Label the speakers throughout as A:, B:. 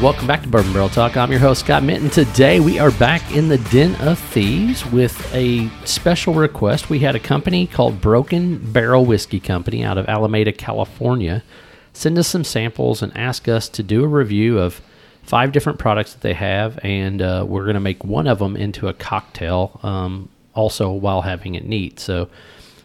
A: Welcome back to Bourbon Barrel Talk. I'm your host, Scott Minton. Today we are back in the Den of Thieves with a special request. We had a company called Broken Barrel Whiskey Company out of Alameda, California, send us some samples and ask us to do a review of five different products that they have. And uh, we're going to make one of them into a cocktail um, also while having it neat. So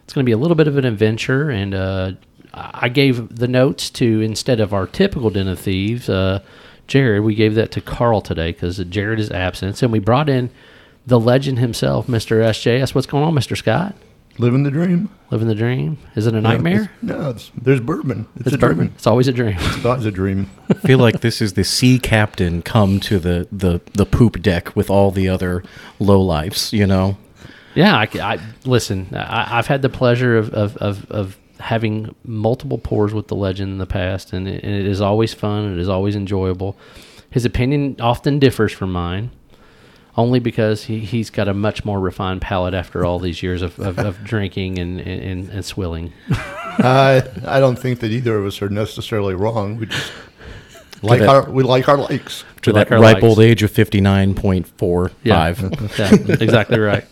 A: it's going to be a little bit of an adventure. And uh, I gave the notes to, instead of our typical Den of Thieves, uh, Jared. We gave that to Carl today because Jared is absent, and we brought in the legend himself, Mr. SJS. What's going on, Mr. Scott?
B: Living the dream.
A: Living the dream? Is it a nightmare?
B: No, it's, there's bourbon. It's, a
A: bourbon.
B: dream.
A: It's always a dream.
B: It's not a dream.
C: feel like this is the sea captain come to the, the, the poop deck with all the other lowlifes, you know?
A: yeah. I, c- I- listen. I, I've had the pleasure of, of of of having multiple pours with the legend in the past, and it, and it is always fun. It is always enjoyable. His opinion often differs from mine. only because he, he's got a much more refined palate after all these years of, of, of drinking and, and, and swilling.
B: I I don't think that either of us are necessarily wrong. We just like
C: that.
B: our we like our likes.
C: To
A: like
C: that
A: our
C: ripe
A: likes.
C: old age of 59.45.
A: Yeah, exactly right.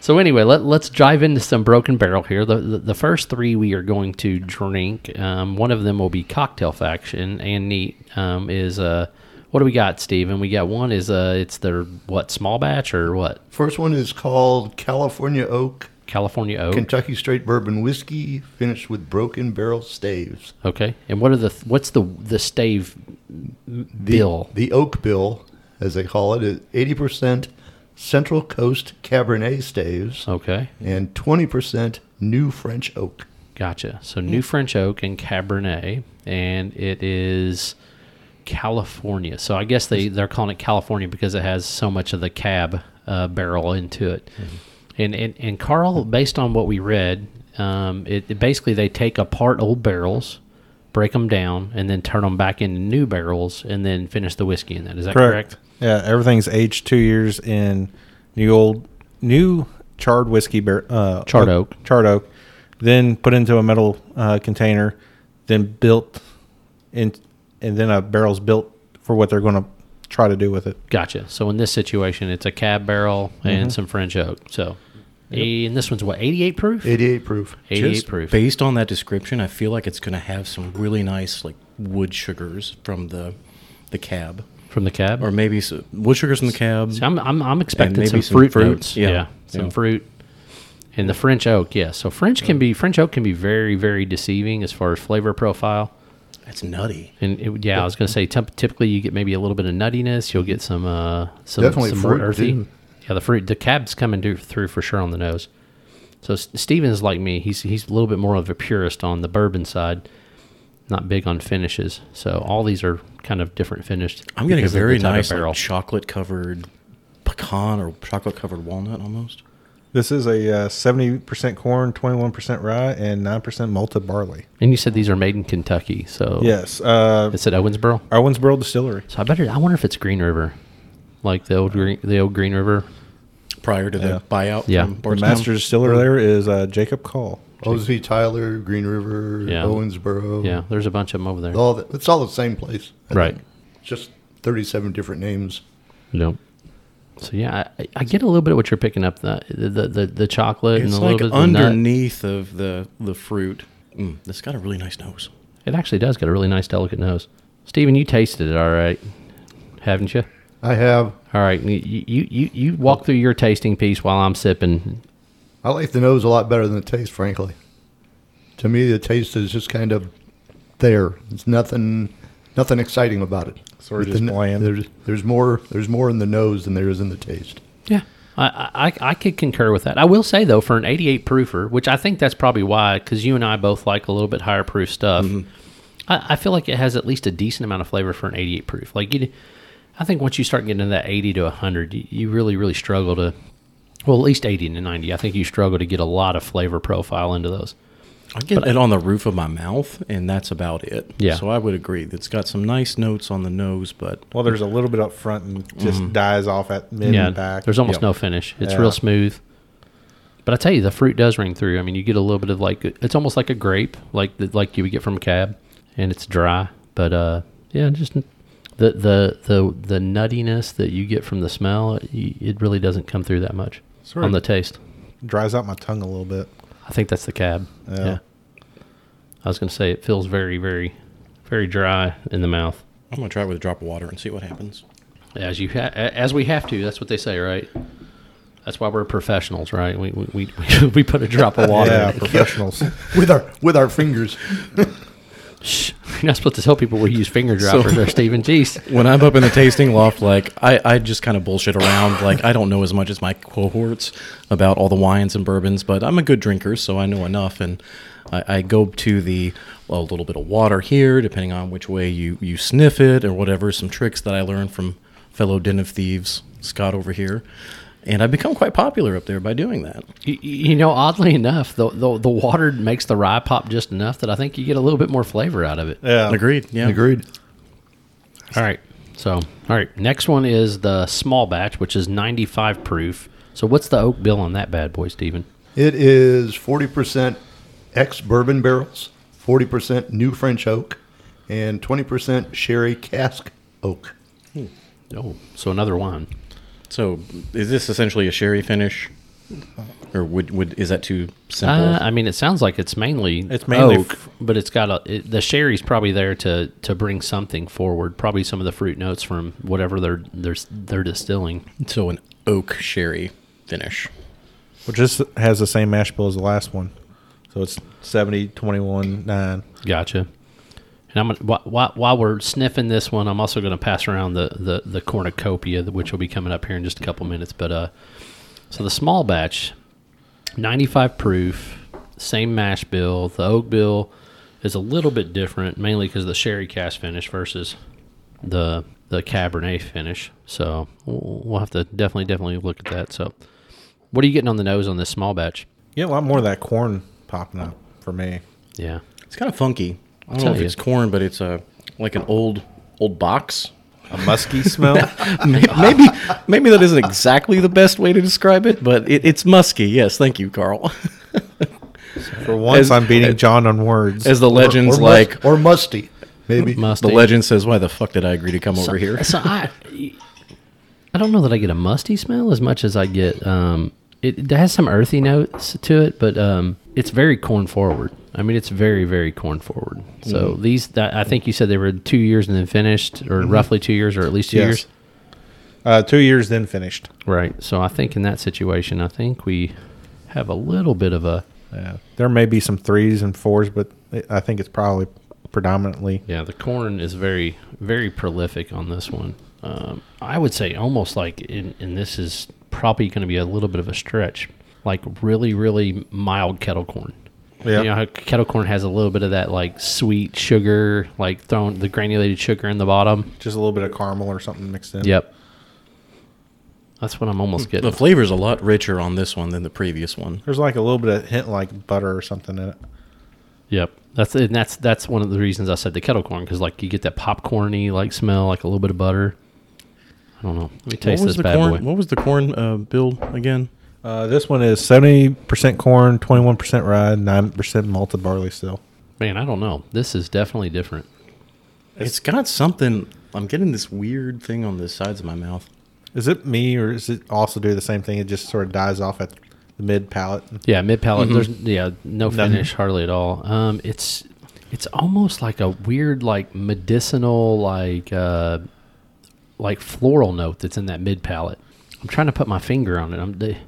A: so anyway, let, let's dive into some broken barrel here. The, the, the first three we are going to drink. Um, one of them will be cocktail faction and neat um, is uh, what do we got, Steven? We got one is uh, it's their what small batch or what
B: First one is called California Oak
A: California oak.
B: Kentucky Straight Bourbon Whiskey, finished with broken barrel staves.
A: okay, and what are the what's the the stave
B: The,
A: bill?
B: The oak bill, as they call it, is eighty percent Central Coast Cabernet staves
A: Okay,
B: and twenty percent New French Oak.
A: Gotcha. So new French oak and Cabernet, and it is California. So I guess they they're calling it California because it has so much of the cab uh, barrel into it. And, and and Carl, based on what we read, um, it, it basically they take apart old barrels, break them down, and then turn them back into new barrels, and then finish the whiskey in that. Is that correct?
D: Yeah, everything's aged two years in new old new charred whiskey bar- uh,
A: Charred oak.
D: charred oak, then put into a metal uh, container, then built, in, and then a barrel's built for what they're going to try to do with it.
A: Gotcha. So in this situation, it's a cab barrel and some French oak. So, and this one's what eighty eight proof.
B: Eighty-eight proof.
A: 88
C: Just
A: proof.
C: based on that description, I feel like it's going to have some really nice like wood sugars from the the cab,
A: from the cab
C: or maybe s wood sugars from the cab.
A: So I'm, I'm, I'm expecting
C: maybe
A: some,
C: some
A: fruit,
C: fruit,
A: notes. Yeah,
C: yeah.
A: some
C: Yeah.
A: fruit. And the French oak, yeah. So French can be French oak can be very very deceiving as far as flavor profile.
C: That's nutty.
A: And it, would- yeah, I was going to say temp, typically you get maybe a little bit of nuttiness. You'll get some uh, some,
B: Definitely
A: some more
B: fruit,
A: earthy.
B: too.
A: Yeah, the fruit the cab's coming do- through for sure on the nose. So S- Steven's like me. He's he's a little bit more of a purist on the bourbon side. Not big on finishes. So all these are kind of different finished.
C: I'm getting a
A: because of the
C: very
A: type of
C: nice
A: barrel.
C: like, chocolate covered pecan or chocolate covered walnut almost.
D: This is a uh, seventy percent corn, twenty one percent rye, and nine percent malted barley.
A: and you said these are made in Kentucky. So
D: Yes, uh,
A: It's at Owensboro.
D: Owensboro Distillery.
A: So I better. I wonder if it's Green River, like the
C: Uh,
A: old green, the old Green River.
C: Prior to the
D: Yeah.
C: buyout,
A: Yeah.
C: from
A: The
D: The
C: Bardstown.
D: master distiller there is uh, Jacob Call.
B: Ozzie Tyler, Green River,
A: Yeah.
C: oh.
B: Owensboro.
A: Yeah, there's a bunch of them over there.
B: all the, it's all the same place. I
A: Right.
B: think. Just 37 different names.
A: Nope. So yeah, I, I get a little bit of what you're picking up the the the, the, chocolate and
C: It's
A: a
C: like
A: little bit of the nut.
C: underneath of the the fruit. Mm, it's got a really nice nose.
A: It actually does got a really nice delicate nose. Steven, you tasted it all right, haven't you?
B: I have.
A: All right, you you you, you walk through your tasting piece while I'm sipping.
B: I like the nose a lot better than the taste, frankly. To me, the taste is just kind of there. It's nothing, nothing exciting about it.
D: Sort of
B: The
D: just
B: n-
D: bland.
B: There's, there's more. There's more in the nose than there is in the taste.
A: Yeah. I, I, I- I could concur with that. I will say though, for an 88 proofer, which I think that's probably why, because you and I both like a little bit higher proof stuff. I, I feel like it has at least a decent amount of flavor for an 88 proof. Like you, I think once you start getting into that 80 to 100, you, you really really struggle to, well, at least 80 to 90. I think you struggle to get a lot of flavor profile into those.
C: I get it on the roof of my mouth, and that's about it.
A: Yeah.
C: So I would agree. It's got some nice notes on the nose, but
D: Well, there's a little bit up front and just dies off at mid
A: Mm-hmm. yeah,
D: and back.
A: there's almost
C: Yeah.
A: no finish. It's
D: Yeah.
A: real smooth. But I tell you, the fruit does ring through. I mean, you get a little bit of like it's almost like a grape, like the, like you would get from a cab, and it's dry, but uh, Yeah, just the the the the nuttiness that you get from the smell, y- it really doesn't come through that much
D: Sort of-
A: on the taste.
D: Dries out my tongue a little bit.
A: I think that's the cab.
D: Yeah.
A: I was going to say it feels very very very dry in the mouth.
C: I'm gonna try it with a drop of water and see what happens.
A: As you ha- a- as we have to, that's what they say, right? That's why we're professionals, right? We we we, we, we put a drop of water.
D: Yeah,
A: in it.
D: professionals.
B: with our with our fingers.
A: Shh, you're not supposed to tell people we use finger droppers or Stephen G's.
C: When I'm up in the tasting loft, like I, I just kind of bullshit around. Like I don't know as much as my cohorts about all the wines and bourbons, but I'm a good drinker, so I know enough. And I, I go to the well, a little bit of water here, depending on which way you you sniff it or whatever. Some tricks that I learned from fellow den of thieves Scott over here, and I've become quite popular up there by doing that.
A: You, you know, oddly enough, the, the the water makes the rye pop just enough that I think you get a little bit more flavor out of it.
D: Yeah.
C: Agreed. Yeah.
B: Agreed.
A: All right. So, all right. Next one is the small batch, which is 95 proof. So, what's the oak bill on that bad boy, Steven?
B: It is 40% ex bourbon barrels, 40% new French oak, and 20% sherry cask oak.
A: Oh, so another wine.
C: So is this essentially a sherry finish, or would would is that too simple?
A: Uh, I mean, it sounds like it's mainly
D: It's mainly
A: oak,
D: f-
A: but it's got a it, the sherry's probably there to to bring something forward. Probably some of the fruit notes from whatever they're they're they're distilling.
C: So an oak sherry finish.
D: Which just has the same mash bill as the last one. So it's 70, 21, 9.
A: Gotcha. And I'm gonna, wh- wh- while we're sniffing this one, I'm also going to pass around the, the the cornucopia, which will be coming up here in just a couple minutes. But uh, so the small batch, 95 proof, same mash bill. The oak bill is a little bit different, mainly because the sherry cask finish versus the the cabernet finish. So we'll we'll have to definitely definitely look at that. So what are you getting on the nose on this small batch?
D: Yeah, a lot more of that corn popping up for me.
A: Yeah,
C: It's kind of funky. I don't
A: Tell
C: know if
A: you.
C: it's corn, but it's a like an old old box.
D: A musky smell.
C: Maybe maybe, maybe that isn't exactly the best way to describe it, but it, it's musky. Yes, thank you, Carl.
D: For once,
C: As-
D: I'm beating John on words.
C: As the legends
B: or
C: like,
B: must, or musty, maybe.
A: must
C: the legend says, "Why the fuck did I agree to come over here?"
A: So I, I don't know that I get a musty smell as much as I get. Um, it, it has some earthy notes to it, but um, it's very corn forward. I mean, it's very very corn forward. So
C: Mm-hmm.
A: these, that, I think you said they were two years and then finished, or roughly two years, or at least two
D: Yes.
A: years.
D: Uh, two years, then finished.
A: Right. So I think in that situation, I think we have a little bit of a
D: Yeah. There may be some threes and fours, but I- I think it's probably predominantly.
A: Yeah, the corn is very, very prolific on this one. Um, I would say almost like, in, and this is probably going to be a little bit of a stretch, like really, really mild kettle corn.
D: Yeah.
A: You know how kettle corn has a little bit of that like sweet sugar, like throwing the granulated sugar in the bottom.
D: Just a little bit of caramel or something mixed in.
A: Yep. That's what I'm almost getting.
C: Hmm. The flavor's a lot richer on this one than the previous one.
D: There's like a little bit of hint like butter or something in it.
A: Yep. That's and that's that's one of the reasons I said the kettle corn because like you get that popcorny like smell, like a little bit of butter. I don't know. Let me taste
C: what
A: this
C: was the
A: bad
C: corn?
A: boy.
C: What was the corn uh, bill again?
D: Uh, this one is 70% corn, 21% rye, 9% malted barley still.
A: Man, I don't know. This is definitely different.
C: it's got something. I'm getting this weird thing on the sides of my mouth.
D: Is it me or is it also do the same thing? It just sort of dies off at the mid palate.
A: Yeah, mid palate. There's yeah, no
D: Nothing.
A: finish hardly at all. Um, it's it's almost like a weird like medicinal like uh, like floral note that's in that mid palate. I'm trying to put my finger on it. I'm the,
C: Do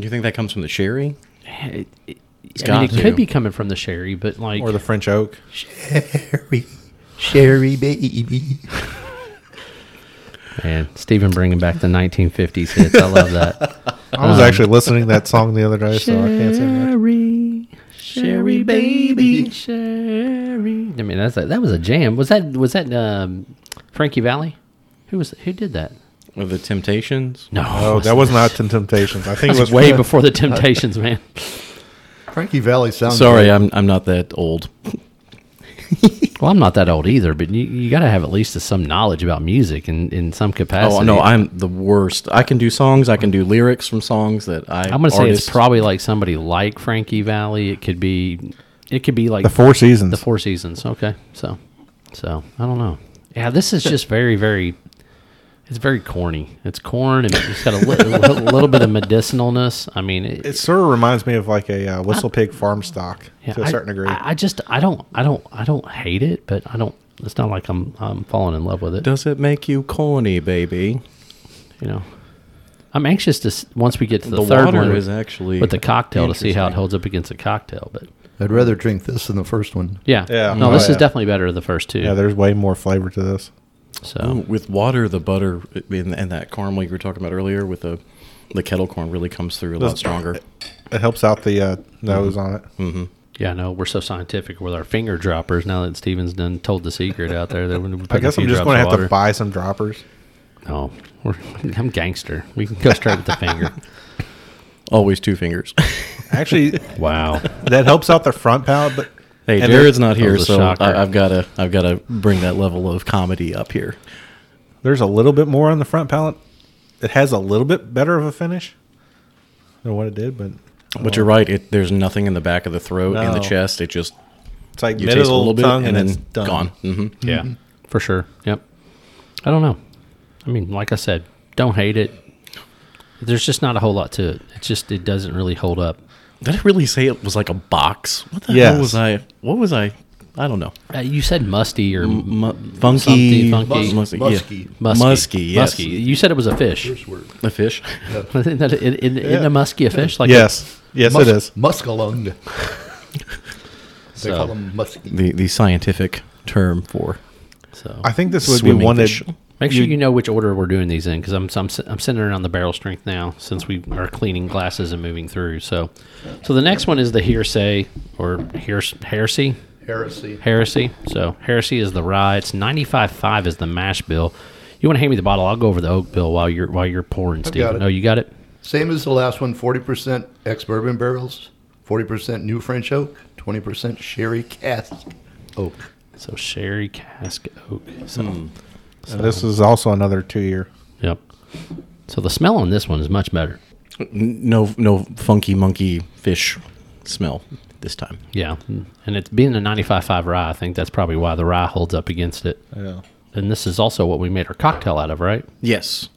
C: you think that comes from the sherry?
A: it, it, I
C: got
A: mean, it
C: to.
A: could be coming from the sherry, but like
D: Or the French oak.
B: Sherry, sherry baby.
A: man, Stephen bringing back the 1950s hits. I love that.
D: I
A: Um,
D: was actually listening to that song the other day, so I can't say much.
A: Sherry, sherry baby, sherry. I mean, that's a, that was a jam. Was that was that um, Frankie Valley? Who was who did that?
C: Or the Temptations?
A: No,
D: Oh, that was not in Temptations. I think
A: It
D: it
A: was
D: was
A: way before the Temptations, man.
B: Frankie Valley sounds.
C: Sorry,
B: great.
C: I'm I'm not that old.
A: Well, I'm not that old either, but you, you got to have at least some knowledge about music in, in some capacity.
C: Oh no, I'm the worst. I can do songs. I can do lyrics from songs that I.
A: I'm gonna say it's
C: artists-
A: probably like somebody like Frankie Valley. It could be, it could be like
D: the Four Seasons.
A: the Four Seasons. Okay, so, so I don't know. Yeah, this is just very, very. It's very corny. It's corn, and it's got a, li- a little bit of medicinalness. I mean, it,
D: It sort of reminds me of like a uh, whistle pig farm stock
A: yeah,
D: to a
A: I-
D: certain degree.
A: I, I just, I don't, I don't, I don't hate it, but I don't. It's not like I'm, I'm falling in love with it.
C: Does it make you corny, baby?
A: You know, I'm anxious to s- once we get to the,
C: The
A: third
C: water
A: one
C: is actually
A: with the cocktail to see how it
C: interesting.
A: holds up against a cocktail. But
B: I'd rather drink this than the first one.
A: yeah,
D: Yeah.
A: no,
D: Oh,
A: this is
D: yeah.
A: definitely better than the first two.
D: yeah, there's way more flavor to this.
A: so
C: Ooh, with water, the butter and, and that caramel you were talking about earlier with the the kettle corn really comes through a lot
D: Does-
C: stronger.
D: It helps out the uh, nose
A: Mm-hmm.
D: on it.
A: yeah, no, we're so scientific with our finger droppers. Now that Steven's done told the secret out there, that we're putting
D: I
A: a
D: guess I'm
A: few
D: just
A: drops
D: going to
A: of
D: have
A: water.
D: to buy some droppers.
A: No, we're, I'm gangster. We can go straight with the finger.
C: Always two fingers.
D: Actually,
A: Wow.
D: that helps out the front palate, but
C: hey,
D: and
C: Jared's
D: there-
C: not here,
A: was a
C: so
A: shocker.
C: I, I've got to I've got to bring that level of comedy up here.
D: there's a little bit more on the front palate. It has a little bit better of a finish than what it did, but
C: But
A: Oh.
C: you're right. It, there's nothing in the back of the throat and the
D: No.
C: chest. It just
D: it's like
C: you
D: middle
C: taste a little bit
D: tongue
C: and,
D: it's
C: then
D: done.
C: gone. hmm
A: Yeah, for sure. Yep. I don't know. I mean, like I said, don't hate it. There's just not a whole lot to it. It's just it doesn't really hold up.
C: Did I really say it was like a box? What the hell
D: Yes.
C: was I? What was I? I don't know.
A: Uh, you said musty or
C: M- mu-
A: Something
C: funky,
A: funky.
B: Musky.
C: musky, yeah.
A: musky.
C: musky, yes.
A: Musky. You said it was a fish.
C: The fish.
A: Isn't that- in- in- isn't a musky a fish? Like
D: Yes, yes,
B: Mus-
D: it is.
B: Muscalung. they
A: So-
B: call them musky.
C: the the scientific term for
A: So
D: I think this would be
C: Swimming
D: one
C: fish.
D: that
A: make sure you, know which order we're doing these in because I'm, I'm s- I'm centering on the barrel strength now since we are cleaning glasses and moving through. So so the next one is the hearsay or hears- heresy.
B: Heresy.
A: Heresy. So Heresy is the rye. It's ninety five five is the mash bill. You want to hand me the bottle? I'll go over the oak bill while you're while you're pouring, Steve.
B: got it.
A: No, you got it.
B: Same as the last one 40% ex bourbon barrels, 40% new French oak, 20% sherry cask oak.
A: So sherry cask oak. So
B: Hmm.
D: and this is also another two year.
A: yep. So the smell on this one is much better.
C: N- no no funky monkey fish smell this time.
A: Yeah,
B: Hmm.
A: and it's being a ninety five five rye. I think that's probably why the rye holds up against it.
D: Yeah.
A: And this is also what we made our cocktail out of, right?
C: Yes,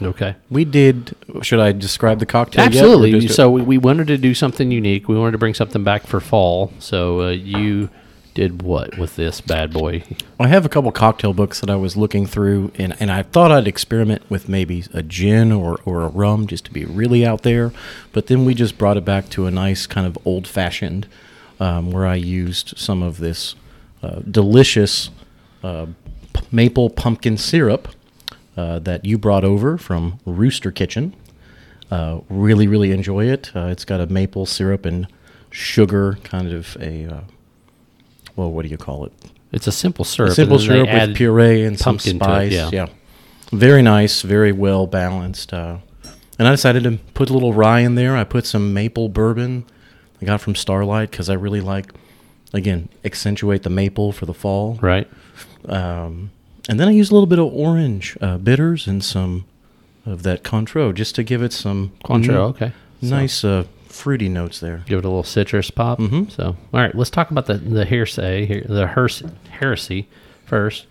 A: Okay.
C: we did. Should I describe the cocktail? yet, or
A: Absolutely.
C: just-
A: so we, we wanted to do something unique. We wanted to bring something back for fall. So uh, you did what with this bad boy?
C: I have a couple cocktail books that I was looking through, and, and I thought I'd experiment with maybe a gin or, or a rum just to be really out there. But then we just brought it back to a nice kind of old fashioned um, where I used some of this uh, delicious uh, p- maple pumpkin syrup uh, that you brought over from Rooster Kitchen. Uh, really, really enjoy it. Uh, it's got a maple syrup and sugar kind of a, uh, well, what do you call it?
A: It's a simple syrup.
C: simple
A: and then they
C: syrup with
A: add-
C: puree and some
A: pumpkin to it,
C: spice.
A: yeah.
C: yeah. very nice, very well balanced. Uh, and I decided to put a little rye in there. I put some maple bourbon I got from Starlight because I really like, again, accentuate the maple for the fall.
A: Right.
C: Um, and then I used a little bit of orange uh, bitters and some of that Contro just to give it some
A: Cointreau,
C: n-
A: okay. So-
C: nice uh, fruity notes there.
A: Give it a little citrus pop. Mm-hmm. So, all right, let's talk about the, the hearsay, here, the hers- heresy first.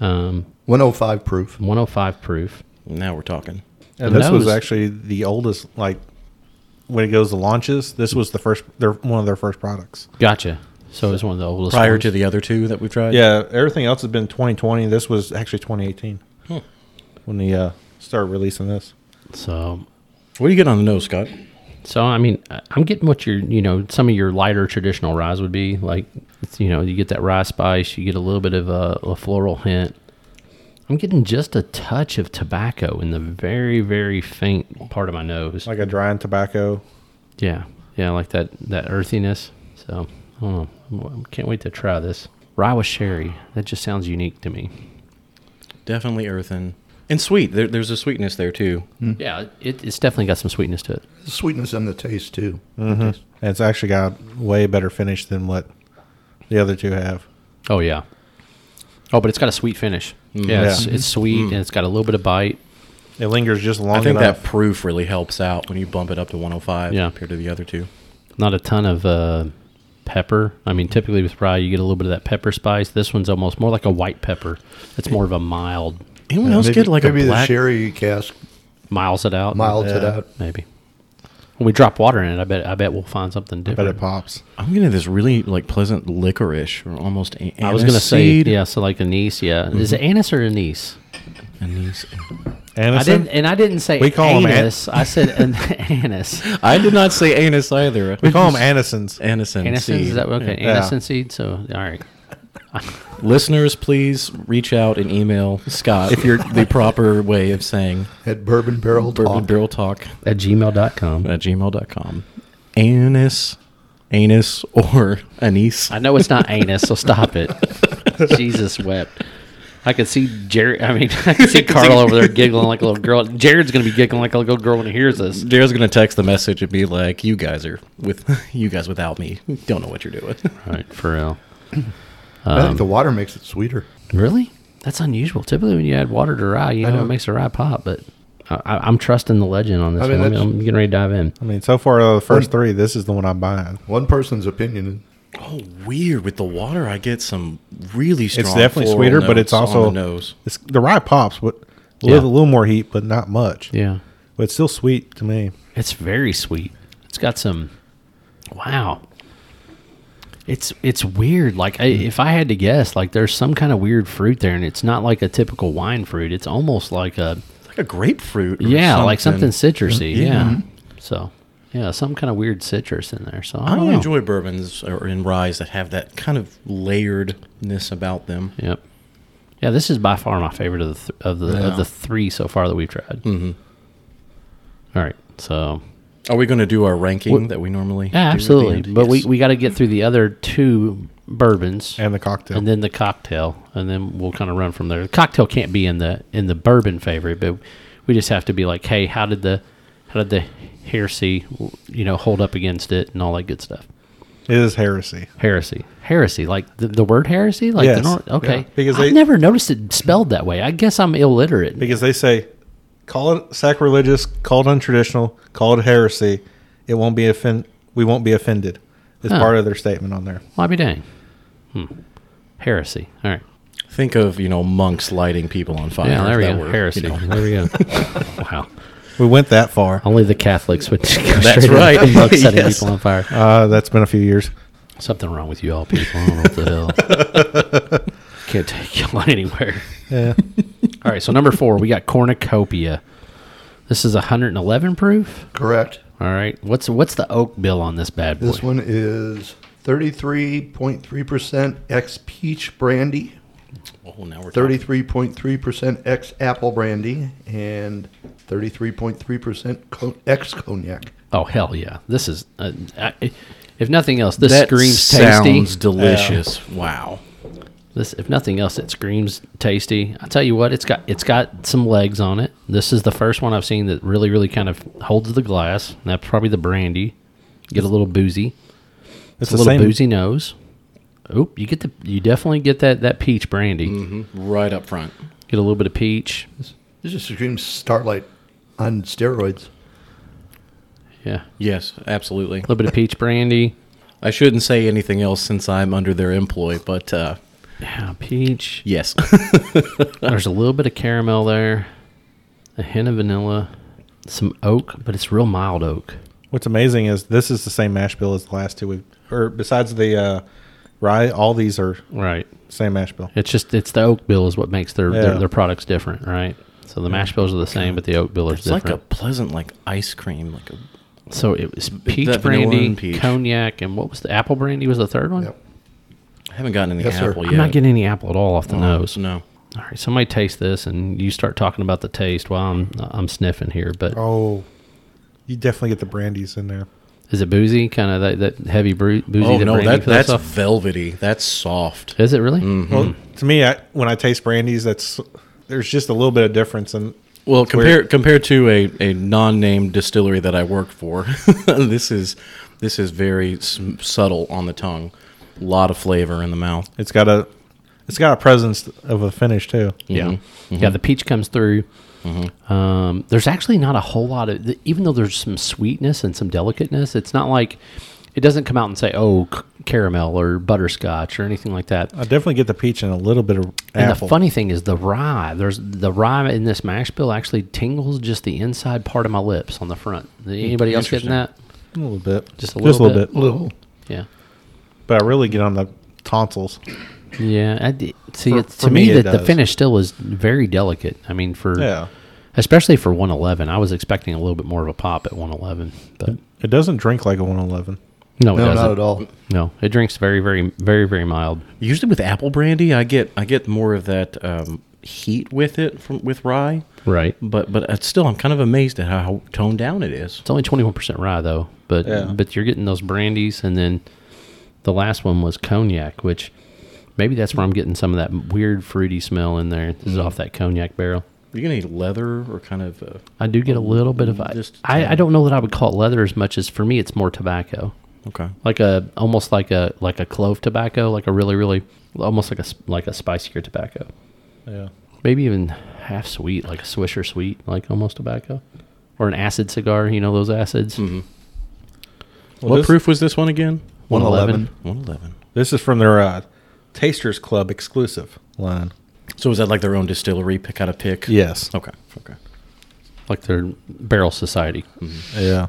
A: Um,
B: 105 proof.
A: 105 proof.
C: Now we're talking.
D: And
A: The
D: this was
A: nose.
D: actually the oldest, like when it goes to launches, this was the first, their one of their first products.
A: Gotcha. So it's one of the oldest.
C: Prior
A: ones.
C: to the other two that we've tried.
D: Yeah, everything else has been 2020. This was actually 2018
C: Hmm.
D: when they uh, started releasing this.
A: So,
C: What do you get on the nose, Scott?
A: so I mean, I- I'm getting what your, you know, some of your lighter traditional ryes would be like, it's, you know, you get that rye spice, you get a little bit of a, a floral hint. I'm getting just a touch of tobacco in the very, very faint part of my nose.
D: Like a drying tobacco.
A: Yeah, yeah, I like that that earthiness. So I don't know. I'm- I'm- can't wait to try this rye with sherry. That just sounds unique to me.
C: Definitely earthen and sweet. There, there's a sweetness there too.
A: Yeah, it, it's definitely got some sweetness to it.
B: Sweetness and the taste, too.
D: And it's actually got way better finish than what the other two have.
A: Oh yeah. Oh, but it's got a sweet finish. Yeah, It's,
D: Yeah.
A: it's sweet and it's got a little bit of bite.
D: It lingers just long
C: I think
D: enough.
C: that proof really helps out when you bump it up to 105
A: Yeah.
C: compared to the other two.
A: Not a ton of uh, pepper. I mean, typically with rye, you get a little bit of that pepper spice. This one's almost more like a white pepper. It's more of a mild,
C: Anyone else
B: maybe
C: get like
B: maybe
C: a black?
B: the sherry cask
A: miles it out.
B: miles it
D: Yeah.
B: out.
A: maybe. When we drop water in it, I bet I bet we'll find something
D: But
A: different.
D: it pops.
C: I'm getting this really like pleasant licorice or almost. A-
A: I was going to say,
C: aniseed.
A: yeah, so like anise, yeah.
D: Mm-hmm.
A: Is it anise or anise?
C: Anise.
A: I
D: Anison?
A: didn't, and I didn't say
D: We call 'em an-
A: anise. I said an, anise.
C: I did not say anus either.
D: we call them Anisons.
C: Anison
A: Anise
C: seed.
A: is that okay?
D: Yeah.
A: Anise seed. So all right.
C: Listeners, please reach out and email Scott if you're the proper way of saying
B: At Bourbon Barrel
C: bourbon
B: Talk.
C: barrel talk
A: At gmail.com.
C: at gmail.com. Anus, anus, or anise.
A: I know it's not anus, so stop it. Jesus wept. I could see Jared. I mean, I could see Carl over there giggling like a little girl. Jared's going to be giggling like a little girl when he hears this.
C: Jared's gonna text the message and be like, "You guys are with you guys without me. Don't know what you're doing."
A: Right, for real.
B: I think the water makes it sweeter.
A: Um, Really? That's unusual. Typically, when you add water to rye, you know,
B: know.
A: it makes a rye pop, but I, I, I'm trusting the legend on this
B: I mean,
A: one. I'm,
B: that's-
A: I'm getting ready to dive in.
D: I mean, so far, uh, the first three, this is the one I'm buying.
B: One person's opinion.
C: Oh, weird! With the water, I get some really strong.
D: It's definitely
C: floral
D: sweeter, but
C: notes
D: it's also
C: on the nose.
D: It's the rye pops, but a
A: Yeah.
D: little, a little more heat, but not much.
A: Yeah.
D: But it's still sweet to me.
A: It's very sweet. It's got some. Wow. It's it's weird. Like I, if I had to guess, like there's some kind of weird fruit there, and it's not like a typical wine fruit. It's almost like a
C: like a grapefruit. Or
A: yeah,
C: something.
A: like something citrusy.
C: Yeah. Mm-hmm.
A: Yeah. So yeah, some kind of weird citrus in there. So I
C: I
A: don't
C: don't
A: know.
C: enjoy bourbons or in ryes that have that kind of layeredness about them.
A: Yep. Yeah, this is by far my favorite of the th- of the
C: Yeah.
A: of the three so far that we've tried. Mm-hmm. right, so
C: Are we going to do our ranking that we normally? do
A: yeah,
C: at the
A: absolutely.
C: end?
A: But we
C: Yes.
A: we got to get through the other two bourbons
D: And the cocktail.
A: and then the cocktail, and then we'll kind of run from there. The cocktail can't be in the in the bourbon favorite, but we just have to be like, hey, how did the how did the heresy you know hold up against it and all that good stuff?
D: it is heresy.
A: Heresy, heresy, like the, the word heresy, like the
D: Yes.
A: nor- okay.
D: Yeah, because
A: I
D: they-
A: never noticed it spelled that way. I guess I'm illiterate.
D: Because they say, call it sacrilegious, call it untraditional, call it heresy. It won't be offend. We won't be offended. It's
A: Huh.
D: part of their statement on there.
A: Well, I be dang. Hmm. Heresy. All right.
C: think of you know monks lighting people on fire.
A: Yeah, there
C: if
A: we
C: that
A: go.
C: were, you
A: Heresy.
C: know.
A: There we go. wow.
D: We went that far.
A: Only the Catholics would go
C: That's
A: straight
C: right.
A: into monks setting
C: Yes.
A: people on fire.
D: Uh, that's been a few years.
A: Something wrong with you all people. I don't know what the hell. Can't take y'all anywhere.
D: Yeah.
A: All right. So number four, we got cornucopia. This is 111 proof.
B: Correct.
A: All right. What's what's the oak bill on this bad boy?
B: This one is 33.3% ex peach brandy,
C: Oh, now we're talking.
B: 33.3% ex apple brandy, and 33.3% co- ex cognac.
A: Oh hell yeah! This is. Uh, I, if nothing else, this
C: That
A: screams
C: sounds
A: tasty.
C: delicious. Wow.
A: This, if nothing else, it screams tasty. I tell you what, it's got it's got some legs on it. This is the first one I've seen that really, really kind of holds the glass. And that's probably the brandy. Get a little boozy,
D: It's
A: a
D: the
A: little
D: same.
A: boozy nose. Oop, you get the you definitely get that that peach brandy.
C: Mm. Mm-hmm. Right up front.
A: Get a little bit of peach.
B: This just screams Starlight on steroids.
A: Yeah, a
C: Yes, absolutely.
A: little bit of peach brandy.
C: I shouldn't say anything else since I'm under their employ, but uh,
A: Yeah, peach.
C: yes,
A: There's a little bit of caramel there, a hint of vanilla, some oak, but it's real mild oak.
D: What's amazing is this is the same mash bill as the last two. We've, or besides the uh, rye, all these are
A: Right.
D: same mash bill.
A: It's just it's the oak bill is what makes their
D: Yeah.
A: their, their products different, right? So the mash bills are the same, but the oak bill is
C: it's like a
A: different.
C: pleasant like ice cream, like a
A: so it was peach
C: that vanilla
A: brandy,
C: and peach.
A: cognac, and what was the apple brandy? Was the third one?
B: Yep.
C: I haven't gotten any
B: Yes, sir.
C: apple
A: I'm
C: yet.
A: not getting any apple at all off the nose.
C: No.
A: All right, somebody taste this, and you start talking about the taste while I'm I'm sniffing here. But
D: Oh, you definitely get the brandies in there.
A: is it boozy? Kind of that, that heavy bru- boozy?
C: Oh
A: that
C: no,
A: brandy
C: that,
A: feels
C: that's Mm,
A: off?
C: velvety. That's soft.
A: is it really?
D: Well, to me, I, when I taste brandies, that's there's just a little bit of difference. And
C: Well,
D: where-
C: compared compared to a, a non-named distillery that I work for, this is this is very s- subtle on the tongue. A lot of flavor in the mouth.
D: it's got a it's got a presence of a finish too.
A: Yeah, yeah. The peach comes through.
C: Mm-hmm.
A: Um, there's actually not a whole lot of, th- even though there's some sweetness and some delicateness. It's not like It doesn't come out and say, "Oh, c- caramel or butterscotch or anything like that."
C: Uh,
D: I definitely get the peach and a little bit of
A: And
D: apple.
A: the funny thing is the rye. There's the rye in this mash bill actually tingles just the inside part of my lips on the front.
C: Hmm,
A: Anybody else getting that?
D: a little bit,
A: Just a little bit.
B: Little.
A: Yeah.
D: But I really get on the tonsils.
A: Yeah, I d see.
D: For-
A: it's,
D: for
A: to me,
D: me, it
A: that the
D: does.
A: finish still is very delicate. I mean, for
D: Yeah,
A: especially for 111, I was expecting a little bit more of a pop at 111, but
D: it doesn't drink like a 111.
A: no, it
B: No,
A: doesn't.
B: not at all.
A: No, it drinks very, very, very, very mild.
C: Usually with apple brandy, I get I get more of that um, heat with it from with rye,
A: Right.
C: but but it's still I'm kind of amazed at how toned down it is.
A: It's only 21% rye though, but
D: Yeah.
A: but you're getting those brandies, and then the last one was cognac, which maybe that's where I'm getting some of that weird fruity smell in there. This is off that cognac barrel.
C: You're gonna need leather or kind of uh,
A: I do get a little bit of I,
C: Just-
A: I, I don't know that I would call it leather as much as for me it's more tobacco.
C: okay.
A: like a almost like a like a clove tobacco, like a really really almost like a s- like a spicier tobacco,
D: Yeah,
A: maybe even half sweet, like a Swisher sweet, like almost tobacco, or an acid cigar. You know those acids.
C: Hmm.
D: Well,
C: Mm-hmm. what
D: this,
C: proof was this one again?
B: 111.
C: 111.
D: This is from their uh, Tasters Club exclusive line.
C: So is that like their own distillery pick kind of pick?
D: Yes.
C: Okay. Okay. Mm-hmm.
A: like their barrel society.
D: Yeah.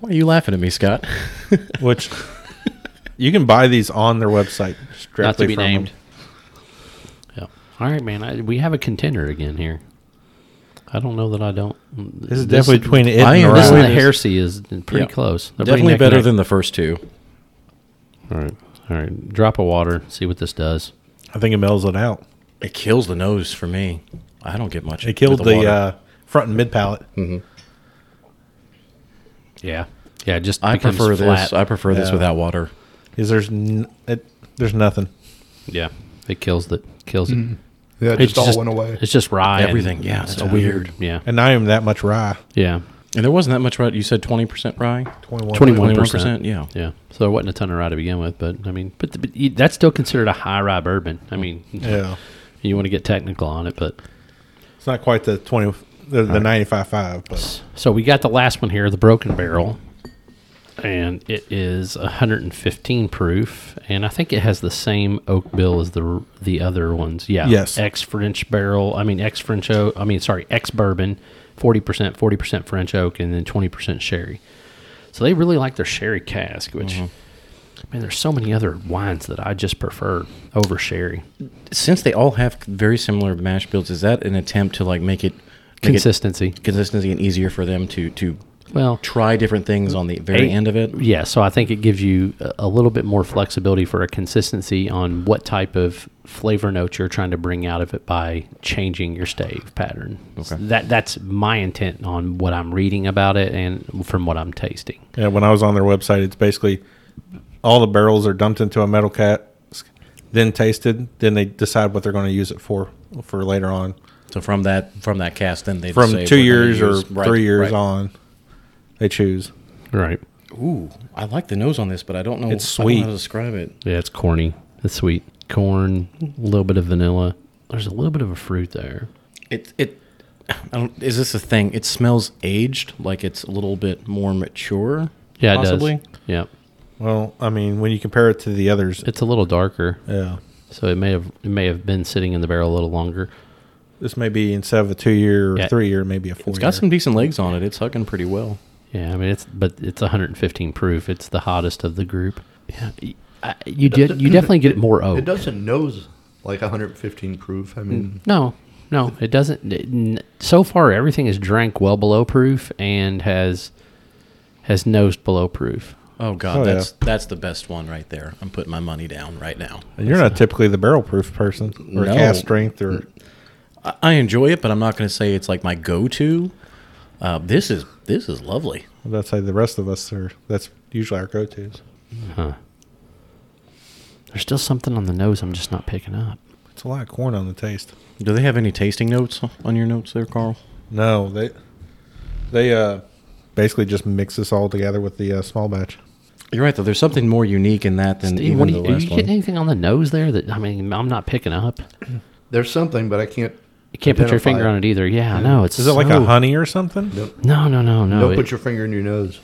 C: Why are you laughing at me, Scott?
D: Which you can buy these on their website directly
A: Not to be
D: from them.
A: named. Yeah. All right, man. I, we have a contender again here. I don't know that I don't. mm,
D: This is definitely between it
C: I
D: and
C: am-
D: the
A: This
C: Right.
A: and the
D: rye.
C: Right.
A: heresy is pretty
C: Yeah.
A: close. They're pretty neck
C: Definitely
A: and
C: better
A: neck.
C: than the first two.
A: All right, all right. Drop a water. See what this does.
D: I think it mellows it out.
C: It kills the nose for me. I don't get much.
D: It killed
C: with
D: the,
C: water. Hmm.
D: uh, front and mid palate.
A: Yeah. Yeah. It just
C: I
A: becomes
C: prefer
A: flat.
C: this. I prefer this
D: Yeah.
C: without water.
D: Is there's n- it, there's nothing.
A: Yeah, it kills the kills it.
B: Yeah, it
A: It's
B: just all went away.
A: It's just rye. and-
C: Mm-hmm. Everything. Yeah, that's
A: so
C: weird.
A: Yeah,
D: And not even that much rye.
A: yeah,
C: And there wasn't that much rye. You said twenty percent rye.
D: 21.
A: 21.
C: 21%, yeah.
A: yeah. So there wasn't a ton of rye to begin with, but I mean, but, but you, that's still considered a high rye bourbon. I mean,
D: Yeah.
A: you want to get technical on it, but
D: It's not quite the 20 the, the 95 5, but
A: so we got the last one here, the Broken Barrel, and it is 115 proof, and I think it has the same oak bill as the the other ones. Yeah.
D: Yes.
A: Ex French barrel. I mean, ex French oak. I mean, sorry, ex bourbon. Forty percent, forty percent French oak, and then twenty percent sherry. So they really like their sherry cask, which. Man, there's so many other wines that I just prefer over sherry.
C: Since they all have very similar mash builds, is that an attempt to like make it make it
A: Consistency.
C: consistency and easier for them to to
A: Well,
C: try different things on the very
A: Eight-
C: end of it?
A: Yeah, so I think it gives you a- a little bit more flexibility for a consistency on what type of flavor note you're trying to bring out of it by changing your stave pattern. So that that's my intent on what I'm reading about it and from what I'm tasting.
D: yeah, when I was on their website, it's basically all the barrels are dumped into a metal cask, then tasted, then they decide what they're going to use it for for later on.
C: So from that from that cast, then they
D: From 2 years or 3 years on, they choose.
A: Right.
C: Ooh, I like the nose on this, but I don't know.
D: It's
C: I don't know
D: sweet.
C: how to describe it.
A: Yeah, it's corny. It's sweet. Corn, a little bit of vanilla. There's a little bit of a fruit there.
C: It it. I don't, is this a thing? It smells aged, like it's a little bit more mature.
A: Yeah, it
C: possibly.
A: does. Yeah.
D: Well, I mean, when you compare it to the others,
A: It's a little darker.
D: yeah.
A: So it may have it may have been sitting in the barrel a little longer.
D: This may be instead of a two year or
A: Yeah.
D: three year, maybe a four
C: It's
D: year.
C: got some decent legs on it. It's hugging pretty well.
A: Yeah, I mean it's but it's 115 proof. It's the hottest of the group. Yeah, y- I- you did you definitely get more oak.
B: It doesn't nose like 115 proof. I mean,
A: No, no, it doesn't. It- n- so far, everything is drank well below proof and has has nosed below proof.
C: Oh God,
D: Oh, yeah.
C: that's that's the best one right there. I'm putting my money down right now.
D: And you're not typically the barrel proof person or
C: No. Mm.
D: cast strength or
C: I, I enjoy it, but I'm not going to say it's like my go-to. Uh, this is this is lovely.
D: that's how the rest of us are. That's usually our go tos.
A: There's still something on the nose I'm just not picking up.
D: It's a lot of corn on the taste.
C: Do they have any tasting notes on your notes there, Carl?
D: No, they they uh basically just mix this all together with the uh, small batch.
C: You're right though. There's something more unique in that than
A: Steve,
C: even
A: what are
C: the
A: you, are you
C: last
A: getting
C: one.
A: anything on the nose there that I mean I'm not picking up?
B: there's something, but I can't.
A: You can't put your
B: Identify
A: finger
B: it.
A: on it either. Yeah, I know. It's
D: Is it like
A: so-
D: a honey or something?
B: Nope.
A: No, no, no, no.
B: Don't
A: it-
B: put your finger in your nose.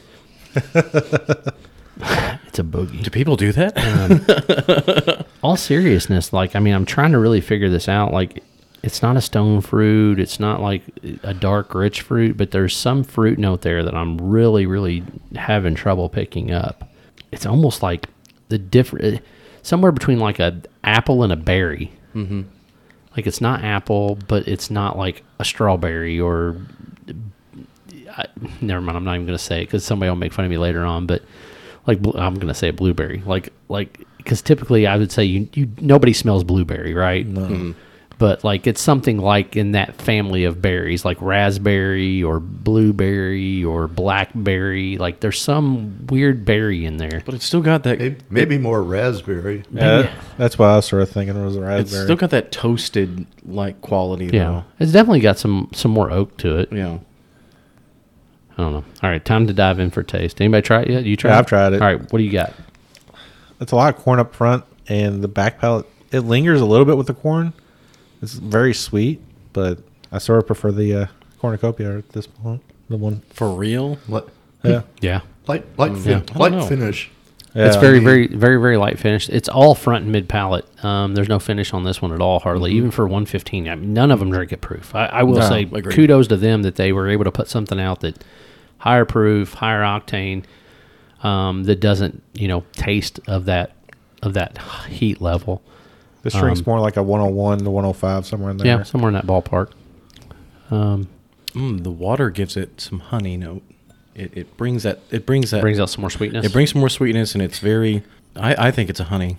A: It's a bogey.
C: Do people do that?
A: all seriousness, like I mean, I'm trying to really figure this out. Like, it's not a stone fruit. It's not like a dark, rich fruit. But there's some fruit note there that I'm really, really having trouble picking up. It's almost like the different, somewhere between like a apple and a berry. Mm-hmm. Like it's not apple, but it's not like a strawberry or. I, never mind. I'm not even going to say it because somebody will make fun of me later on. But like bl- I'm gonna say blueberry, like like because typically I would say you you nobody smells blueberry, right? But like it's something like in that family of berries, like raspberry or blueberry or blackberry. Like there's some weird berry in there.
C: but it's still got that.
B: Maybe, maybe more raspberry.
D: Yeah, that- that's what I was sort of thinking was a
C: It's
D: raspberry.
C: still got that toasted like quality.
A: Yeah,
C: though.
A: it's definitely got some some more oak to it.
C: Yeah.
A: I don't know. All right, time to dive in for taste. Anybody try it yet? You try?
D: Yeah, I've tried it.
A: All right, what do you got?
D: it's a lot of corn up front, and the back palate it lingers a little bit with the corn. It's very sweet, but I sort of prefer the uh, cornucopia at this point. The one,
C: For real?
B: Li-
D: yeah,
A: Mm. Yeah.
B: Light, light, fin-
C: don't
B: light
C: know.
B: finish.
D: yeah.
A: it's very, very, very, very light finish. It's all front and mid palate. Um, there's no finish on this one at all, hardly. Even for 115, I mean, none of them drink it proof. I, I will
C: No,
A: say
C: agreed.
A: kudos to them that they were able to put something out that higher proof, higher octane, um, that doesn't you know taste of that of that heat level.
D: This shrinks more like a 101 to 105 somewhere in there.
A: Yeah, somewhere in that ballpark. Um,
C: Mm, the water gives it some honey note. It, it brings that. It brings that.
A: brings out some more sweetness.
C: it brings more sweetness, and it's very. I, I think it's a honey.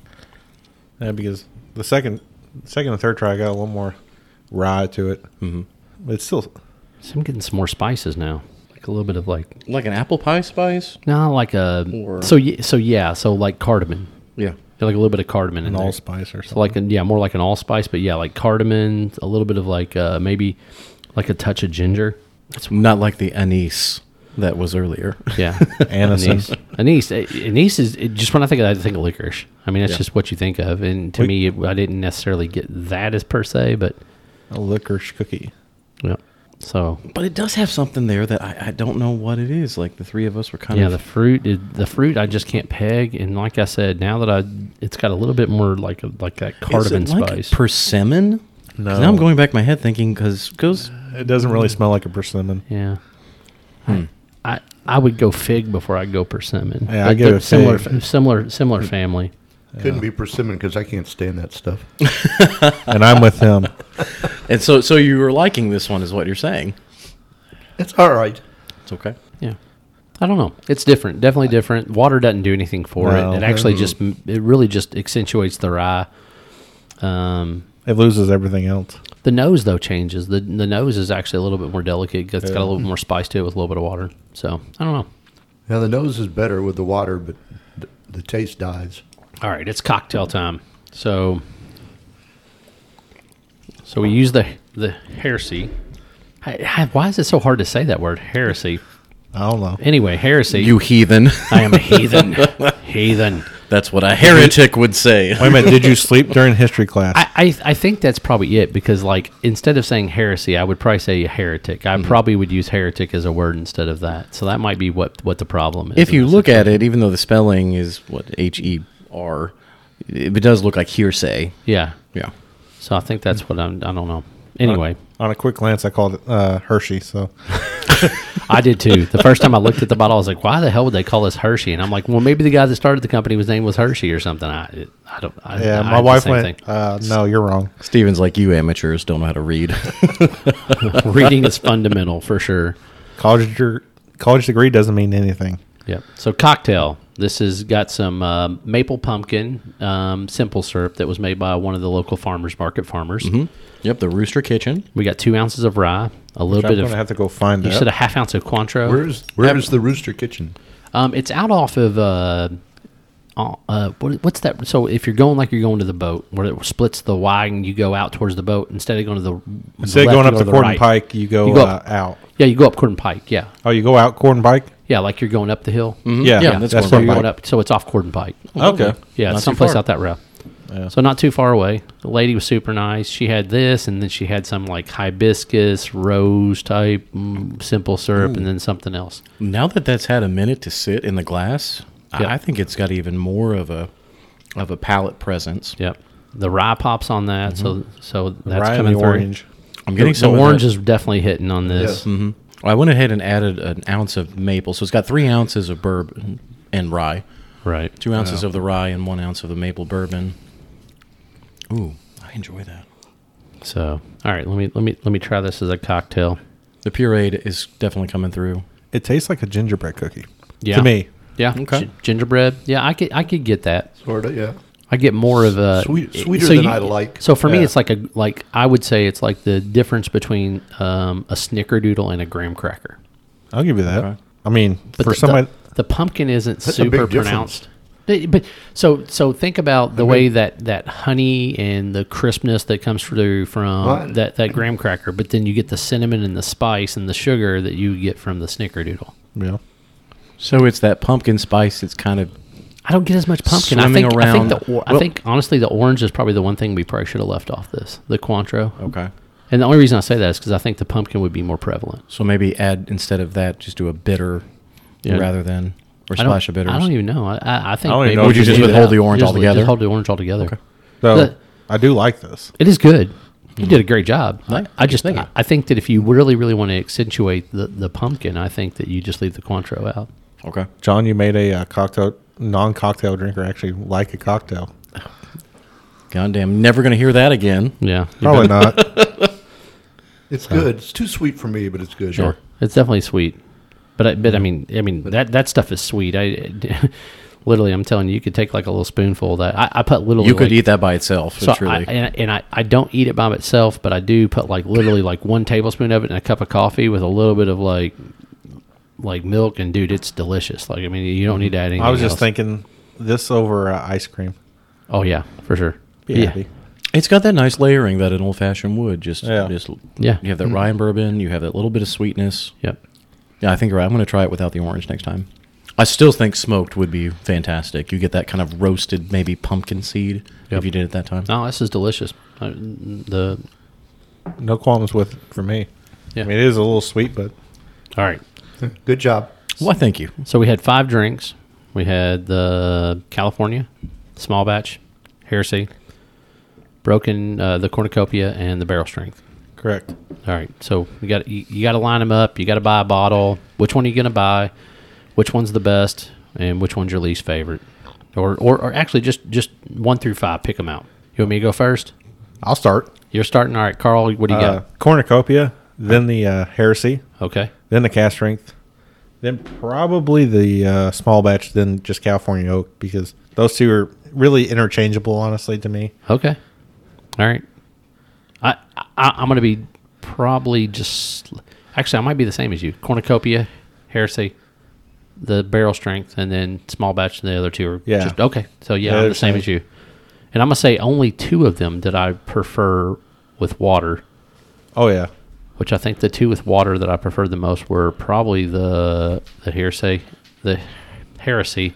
D: Yeah, because the second, second and third try got a little more rye to it. Mm-hmm. But it's still
A: So I'm getting some more spices now, like a little bit of like
C: Like an apple pie spice.
A: no, like a
C: Or-
A: so y- so yeah, so like cardamom,
C: Yeah.
A: like a little bit of cardamom in
D: an
A: there.
D: allspice or something.
A: So like a, yeah, more like an allspice, but yeah, like cardamom, a little bit of like uh, maybe like a touch of ginger.
C: It's not like the anise that was earlier.
A: Yeah,
D: Anise.
A: anise. Anise. eh, Anise is it, just when I think of that, I think of licorice. I mean, that's just what you think of, and to
D: We-
A: me, it, I didn't necessarily get that as per se, but
D: a licorice cookie.
A: yeah. So
C: But it does have something there that I, I don't know what it is. Like the three of us were kind
A: yeah,
C: of
A: the fruit, is- the fruit, I just can't peg. And like I said, now that I, it's got a little bit more like a, like that
C: Is
A: cardamom
C: it like
A: spice.
C: Persimmon? 'Cause Now I'm going back in my head thinking because goes
D: It doesn't really smell like a persimmon.
A: yeah. Hmm. I I would go fig before I go persimmon.
D: Yeah, I
A: But
D: give
A: they're
D: it
A: similar,
D: fig.
A: similar, similar family.
B: Couldn't be persimmon because I can't stand that stuff.
D: and I'm with him.
C: and so so you were liking this one is what you're saying.
B: it's all right.
C: It's okay.
A: Yeah. I don't know. It's different. Definitely different. Water doesn't do anything for
D: No.
A: it. It actually just it really just accentuates the rye. Um,
D: It loses everything else.
A: the nose though changes. The the nose is actually a little bit more delicate. 'cause It's got a little bit more spice to it with a little bit of water. So I don't know.
B: Now the nose is better with the water, but th- the taste dies.
A: All right, it's cocktail time. So so we use the the heresy. I, I, why is it so hard to say that word heresy?
D: I don't know.
A: Anyway, heresy.
C: You heathen.
A: I am a heathen. heathen.
C: That's what a heretic would say.
D: Wait a minute. Did you sleep during history class?
A: I, I, I think that's probably it because like instead of saying heresy, I would probably say heretic. I
C: Mm-hmm.
A: probably would use heretic as a word instead of that. So that might be what what the problem is.
C: If you look at it, even though the spelling is what H E R, it it does look like hearsay.
A: yeah,
C: Yeah.
A: so I think that's what I'm. I don't know. Anyway,
D: On a quick glance, I called it uh, Hershey. So
A: I did too. The first time I looked at the bottle, I was like, "Why the hell would they call this Hershey?" And I'm like, "Well, maybe the guy that started the company, his name was Hershey or something." I it- I don't. I, I
D: yeah,
A: had
D: my
A: the
D: wife
A: same
D: went.
A: thing.
D: Uh, no, you're wrong.
C: Steven's like you amateurs don't know how to read.
A: Reading is fundamental for sure.
D: College de- college degree doesn't mean anything.
A: Yep. So cocktail. This has got some um maple pumpkin um, simple syrup that was made by one of the local farmers market farmers.
D: Mm-hmm.
C: yep, the Rooster Kitchen.
A: We got two ounces of rye, a little
D: I'm
A: bit
D: gonna
A: of.
D: have to go find
A: you
D: that.
A: said a half ounce of Cointreau.
B: Where's where's the Rooster Kitchen?
A: Um, it's out off of. Uh, uh, uh, what, what's that? So if you're going like you're going to the boat, where it splits the Y and you go out towards the boat instead of going to the
D: Instead of
A: left,
D: going
A: you
D: up
A: go
D: to
A: the
D: Corden
A: right.
D: Pike, you go,
A: You go
D: uh,
A: up. Mm-hmm.
D: out.
A: Yeah, you go up Corden Pike. Yeah,
D: Oh, you go out Corden Pike.
A: yeah, like you're going up the hill.
D: Yeah,
C: Yeah,
D: that's,
C: that's
D: that's
C: Corden
A: So you're
D: Mm-hmm. Corden Pike. Oh,
A: going up. So it's off Corden Pike.
D: Okay.
A: Yeah,
C: Not
A: it's
C: too
A: someplace
C: far.
A: out that route. So not too far away. The lady was super nice. She had this, and then she had some like hibiscus rose type mm, simple syrup, and then something else.
C: Now that that's had a minute to sit in the glass,
A: Yep.
C: I I think it's got even more of a of a palate presence.
A: Yep. The rye pops on that, so so that's
D: Rye and
A: coming
D: Mm-hmm. the
A: through.
D: orange.
C: I'm
A: The,
C: getting
A: the
C: some of
A: orange
C: that-
A: is definitely hitting on this.
B: Mm-hmm.
C: Mhm. I went ahead and added an ounce of maple, so it's got three ounces of bourbon and rye,
A: Right.
C: two ounces of the rye and one ounce of the maple bourbon. Ooh, I enjoy that.
A: So, all right, let me let me let me try this as a cocktail.
C: The pureed is definitely coming through.
D: It tastes like a gingerbread cookie.
A: Yeah.
D: To me.
A: Yeah.
C: Okay.
A: Gi- gingerbread. Yeah, I could I could get that.
B: Sort of, yeah.
A: I get more of a
B: Sweet- sweeter than I like.
A: So for me,
B: Yeah.
A: it's like a like I would say it's like the difference between um, a snickerdoodle and a graham cracker.
D: I'll give you that.
C: Okay.
D: I mean, for
A: the,
D: somebody.
A: the, the pumpkin isn't
B: a big
A: super
B: difference.
A: pronounced. But, but- so so think about the way that that honey and the crispness that comes through from
B: Right.
A: that that graham cracker, but then you get the cinnamon and the spice and the sugar that you get from the snickerdoodle.
D: yeah.
C: So it's that pumpkin spice that's kind of
A: I don't get as much pumpkin. I
C: Swimming
A: think, I
C: around.
A: think, the, or, I
C: Well-
A: think honestly, the orange is probably the one thing we probably should have left off this, the Cointreau.
C: okay.
A: And the only reason I say that is because I think the pumpkin would be more prevalent.
C: So maybe add instead of that, just do a bitter
A: Yeah.
C: rather than or
A: I don't-
C: splash of bitters.
A: I don't e even know. I, I, I think
D: I don't even
A: maybe
D: know.
A: we
D: Would
A: should
D: you just
A: leave it
C: withhold
A: out.
C: the orange
A: Just- just
C: altogether?
A: hold the orange altogether.
D: So
A: The-
D: I do like this.
A: It is good. You did a great job. I,
C: Thank-
A: I just
C: thank
A: think
C: you.
A: I, I think that if you really, really want to accentuate the, the pumpkin, I think that you just leave the Cointreau out.
C: Okay.
D: John, you made a uh, cocktail, non cocktail drinker actually like a cocktail.
C: Goddamn, never gonna hear that again.
A: Yeah, you
D: Probably not.
B: It's good. It's too sweet for me, but it's good.
A: Sure, it's definitely sweet, but I, but I mean, I mean that that stuff is sweet. I literally, I'm telling you, you could take like a little spoonful of that. I, I put literally
C: You could
A: like-
C: eat that by itself.
A: So
C: it's really
A: I, and, and I, I don't eat it by itself, but I do put like literally like one tablespoon of it in a cup of coffee with a little bit of like like milk, and dude, it's delicious. Like I mean, you don't need to add anything.
D: I was just
A: else.
D: thinking this over uh, ice cream.
A: Oh yeah, for sure.
D: Be
A: yeah.
D: happy.
C: It's got that nice layering that an old fashioned would. Just,
D: Yeah.
C: just
A: Yeah. Mm-hmm.
C: You have that rye and bourbon. You have that little bit of sweetness.
A: Yep.
C: Yeah, I think you're right. I'm going to try it without the orange next time. I still think smoked would be fantastic. You get that kind of roasted, maybe pumpkin seed
A: Yep.
C: if you did it that time.
A: No, Oh, this is delicious. Uh, the
D: No qualms with it for me.
A: Yeah.
D: I mean, it is a little sweet, but
A: all right.
B: Yeah. Good job.
C: Why? Thank you.
A: So we had five drinks. We had the California small batch, heresy, broken uh, the cornucopia, and the barrel strength.
D: correct.
A: All right, so you got you, you got to line them up. You got to buy a bottle. Which one are you going to buy? Which one's the best, and which one's your least favorite? Or, or, or actually, just just one through five. Pick them out. You want me to go first?
D: I'll start.
A: You're starting. All right, Carl. What do you
D: Uh, cornucopia, then the uh, heresy,
A: got? Okay.
D: then the cast strength, then probably the uh, small batch, then just California oak because those two are really interchangeable, honestly, to me.
A: Okay. All right. I, I I'm gonna be probably just actually I might be the same as you. Cornucopia, heresy, the barrel strength, and then small batch. And the other two are
D: Yeah.
A: just okay. So yeah,
D: Yeah,
A: I'm
D: they're
A: the same
D: same.
A: as you. And I'm gonna say only two of them that I prefer with water.
D: Oh yeah,
A: Which I think the two with water that I preferred the most were probably the the heresy, the heresy,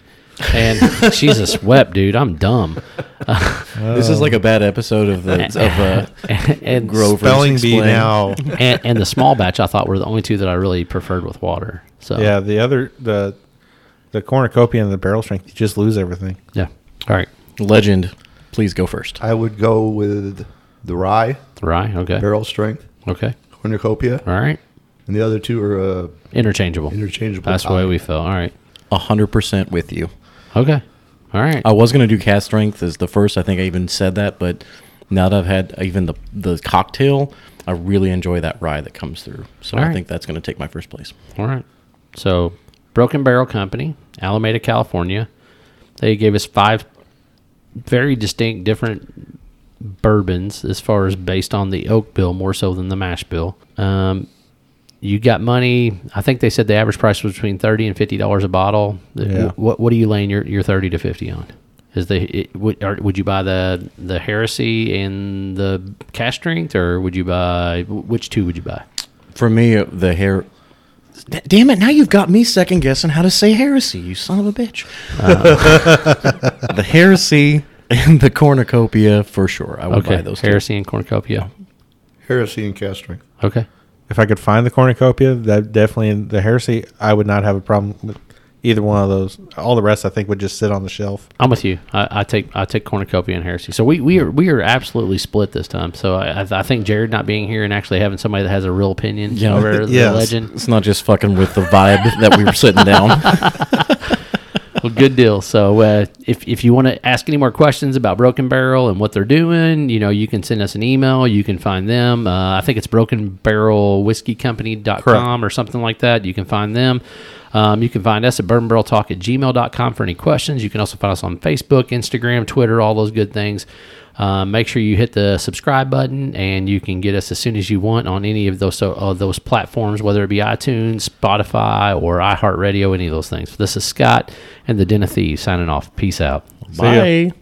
A: and Jesus wept, dude. I'm dumb.
C: this
A: Oh.
C: is like a bad episode of the of uh,
A: and
C: Grover's
D: spelling bee
C: Explained.
D: now.
A: and, and the small batch I thought were the only two that I really preferred with water. So
D: yeah, the other the the cornucopia and the barrel strength, you just lose everything.
A: yeah. All right,
C: Legend, please go first.
B: I would go with the rye,
A: rye. Okay,
B: barrel strength,
A: okay.
B: cornucopia,
A: All right,
B: and the other two are uh,
A: interchangeable.
B: interchangeable.
A: That's the way we felt. All right,
C: hundred percent with you.
A: okay, all right.
C: I was going to do cast strength as the first. I think I even said that, but now that I've had even the the cocktail, I really enjoy that rye that comes through. So
A: All
C: I
A: right.
C: think that's going to take my first place.
A: All right. So, Broken Barrel Company, Alameda, California. They gave us five very distinct, different bourbons as far as based on the oak bill more so than the mash bill. Um, you got money. I think they said the average price was between thirty and fifty dollars a bottle. Uh,
D: Yeah.
A: What What are you laying your, your thirty to fifty on? Is the it, would, or would you buy the the heresy and the cash strength, or would you buy which two would you buy?
C: For me, uh, the hair. Damn it! Now you've got me second guessing how to say heresy. You son of a bitch. the heresy and the cornucopia for sure. I would
A: Okay,
C: buy those. two.
A: heresy and cornucopia.
B: Heresy and cast strength.
A: Okay.
D: If I could find the cornucopia, that definitely the heresy, I would not have a problem with Either one of those. All the rest, I think, would just sit on the shelf.
A: I'm with you. I, I take I take cornucopia and heresy. So we, we are we are absolutely split this time. So I I- I think Jared not being here and actually having somebody that has a real opinion
C: Yeah.
A: over
D: Yes.
A: the legend,
C: It's not just fucking with the vibe that we were sitting down.
A: well, good deal. So uh, if if you want to ask any more questions about Broken Barrel and what they're doing, you know you can send us an email. You can find them. Uh, I think it's Broken Barrel Whiskey Company dot com or something like that. You can find them. Um, you can find us at bourbon barrel talk at gmail.com for any questions. You can also find us on Facebook, Instagram, Twitter, all those good things. Uh, make sure you hit the subscribe button, and you can get us as soon as you want on any of those so, uh, those platforms, whether it be iTunes, Spotify, or iHeartRadio, any of those things. This is Scott and the Den of Thieves signing off. Peace out.
D: ya.
C: Bye.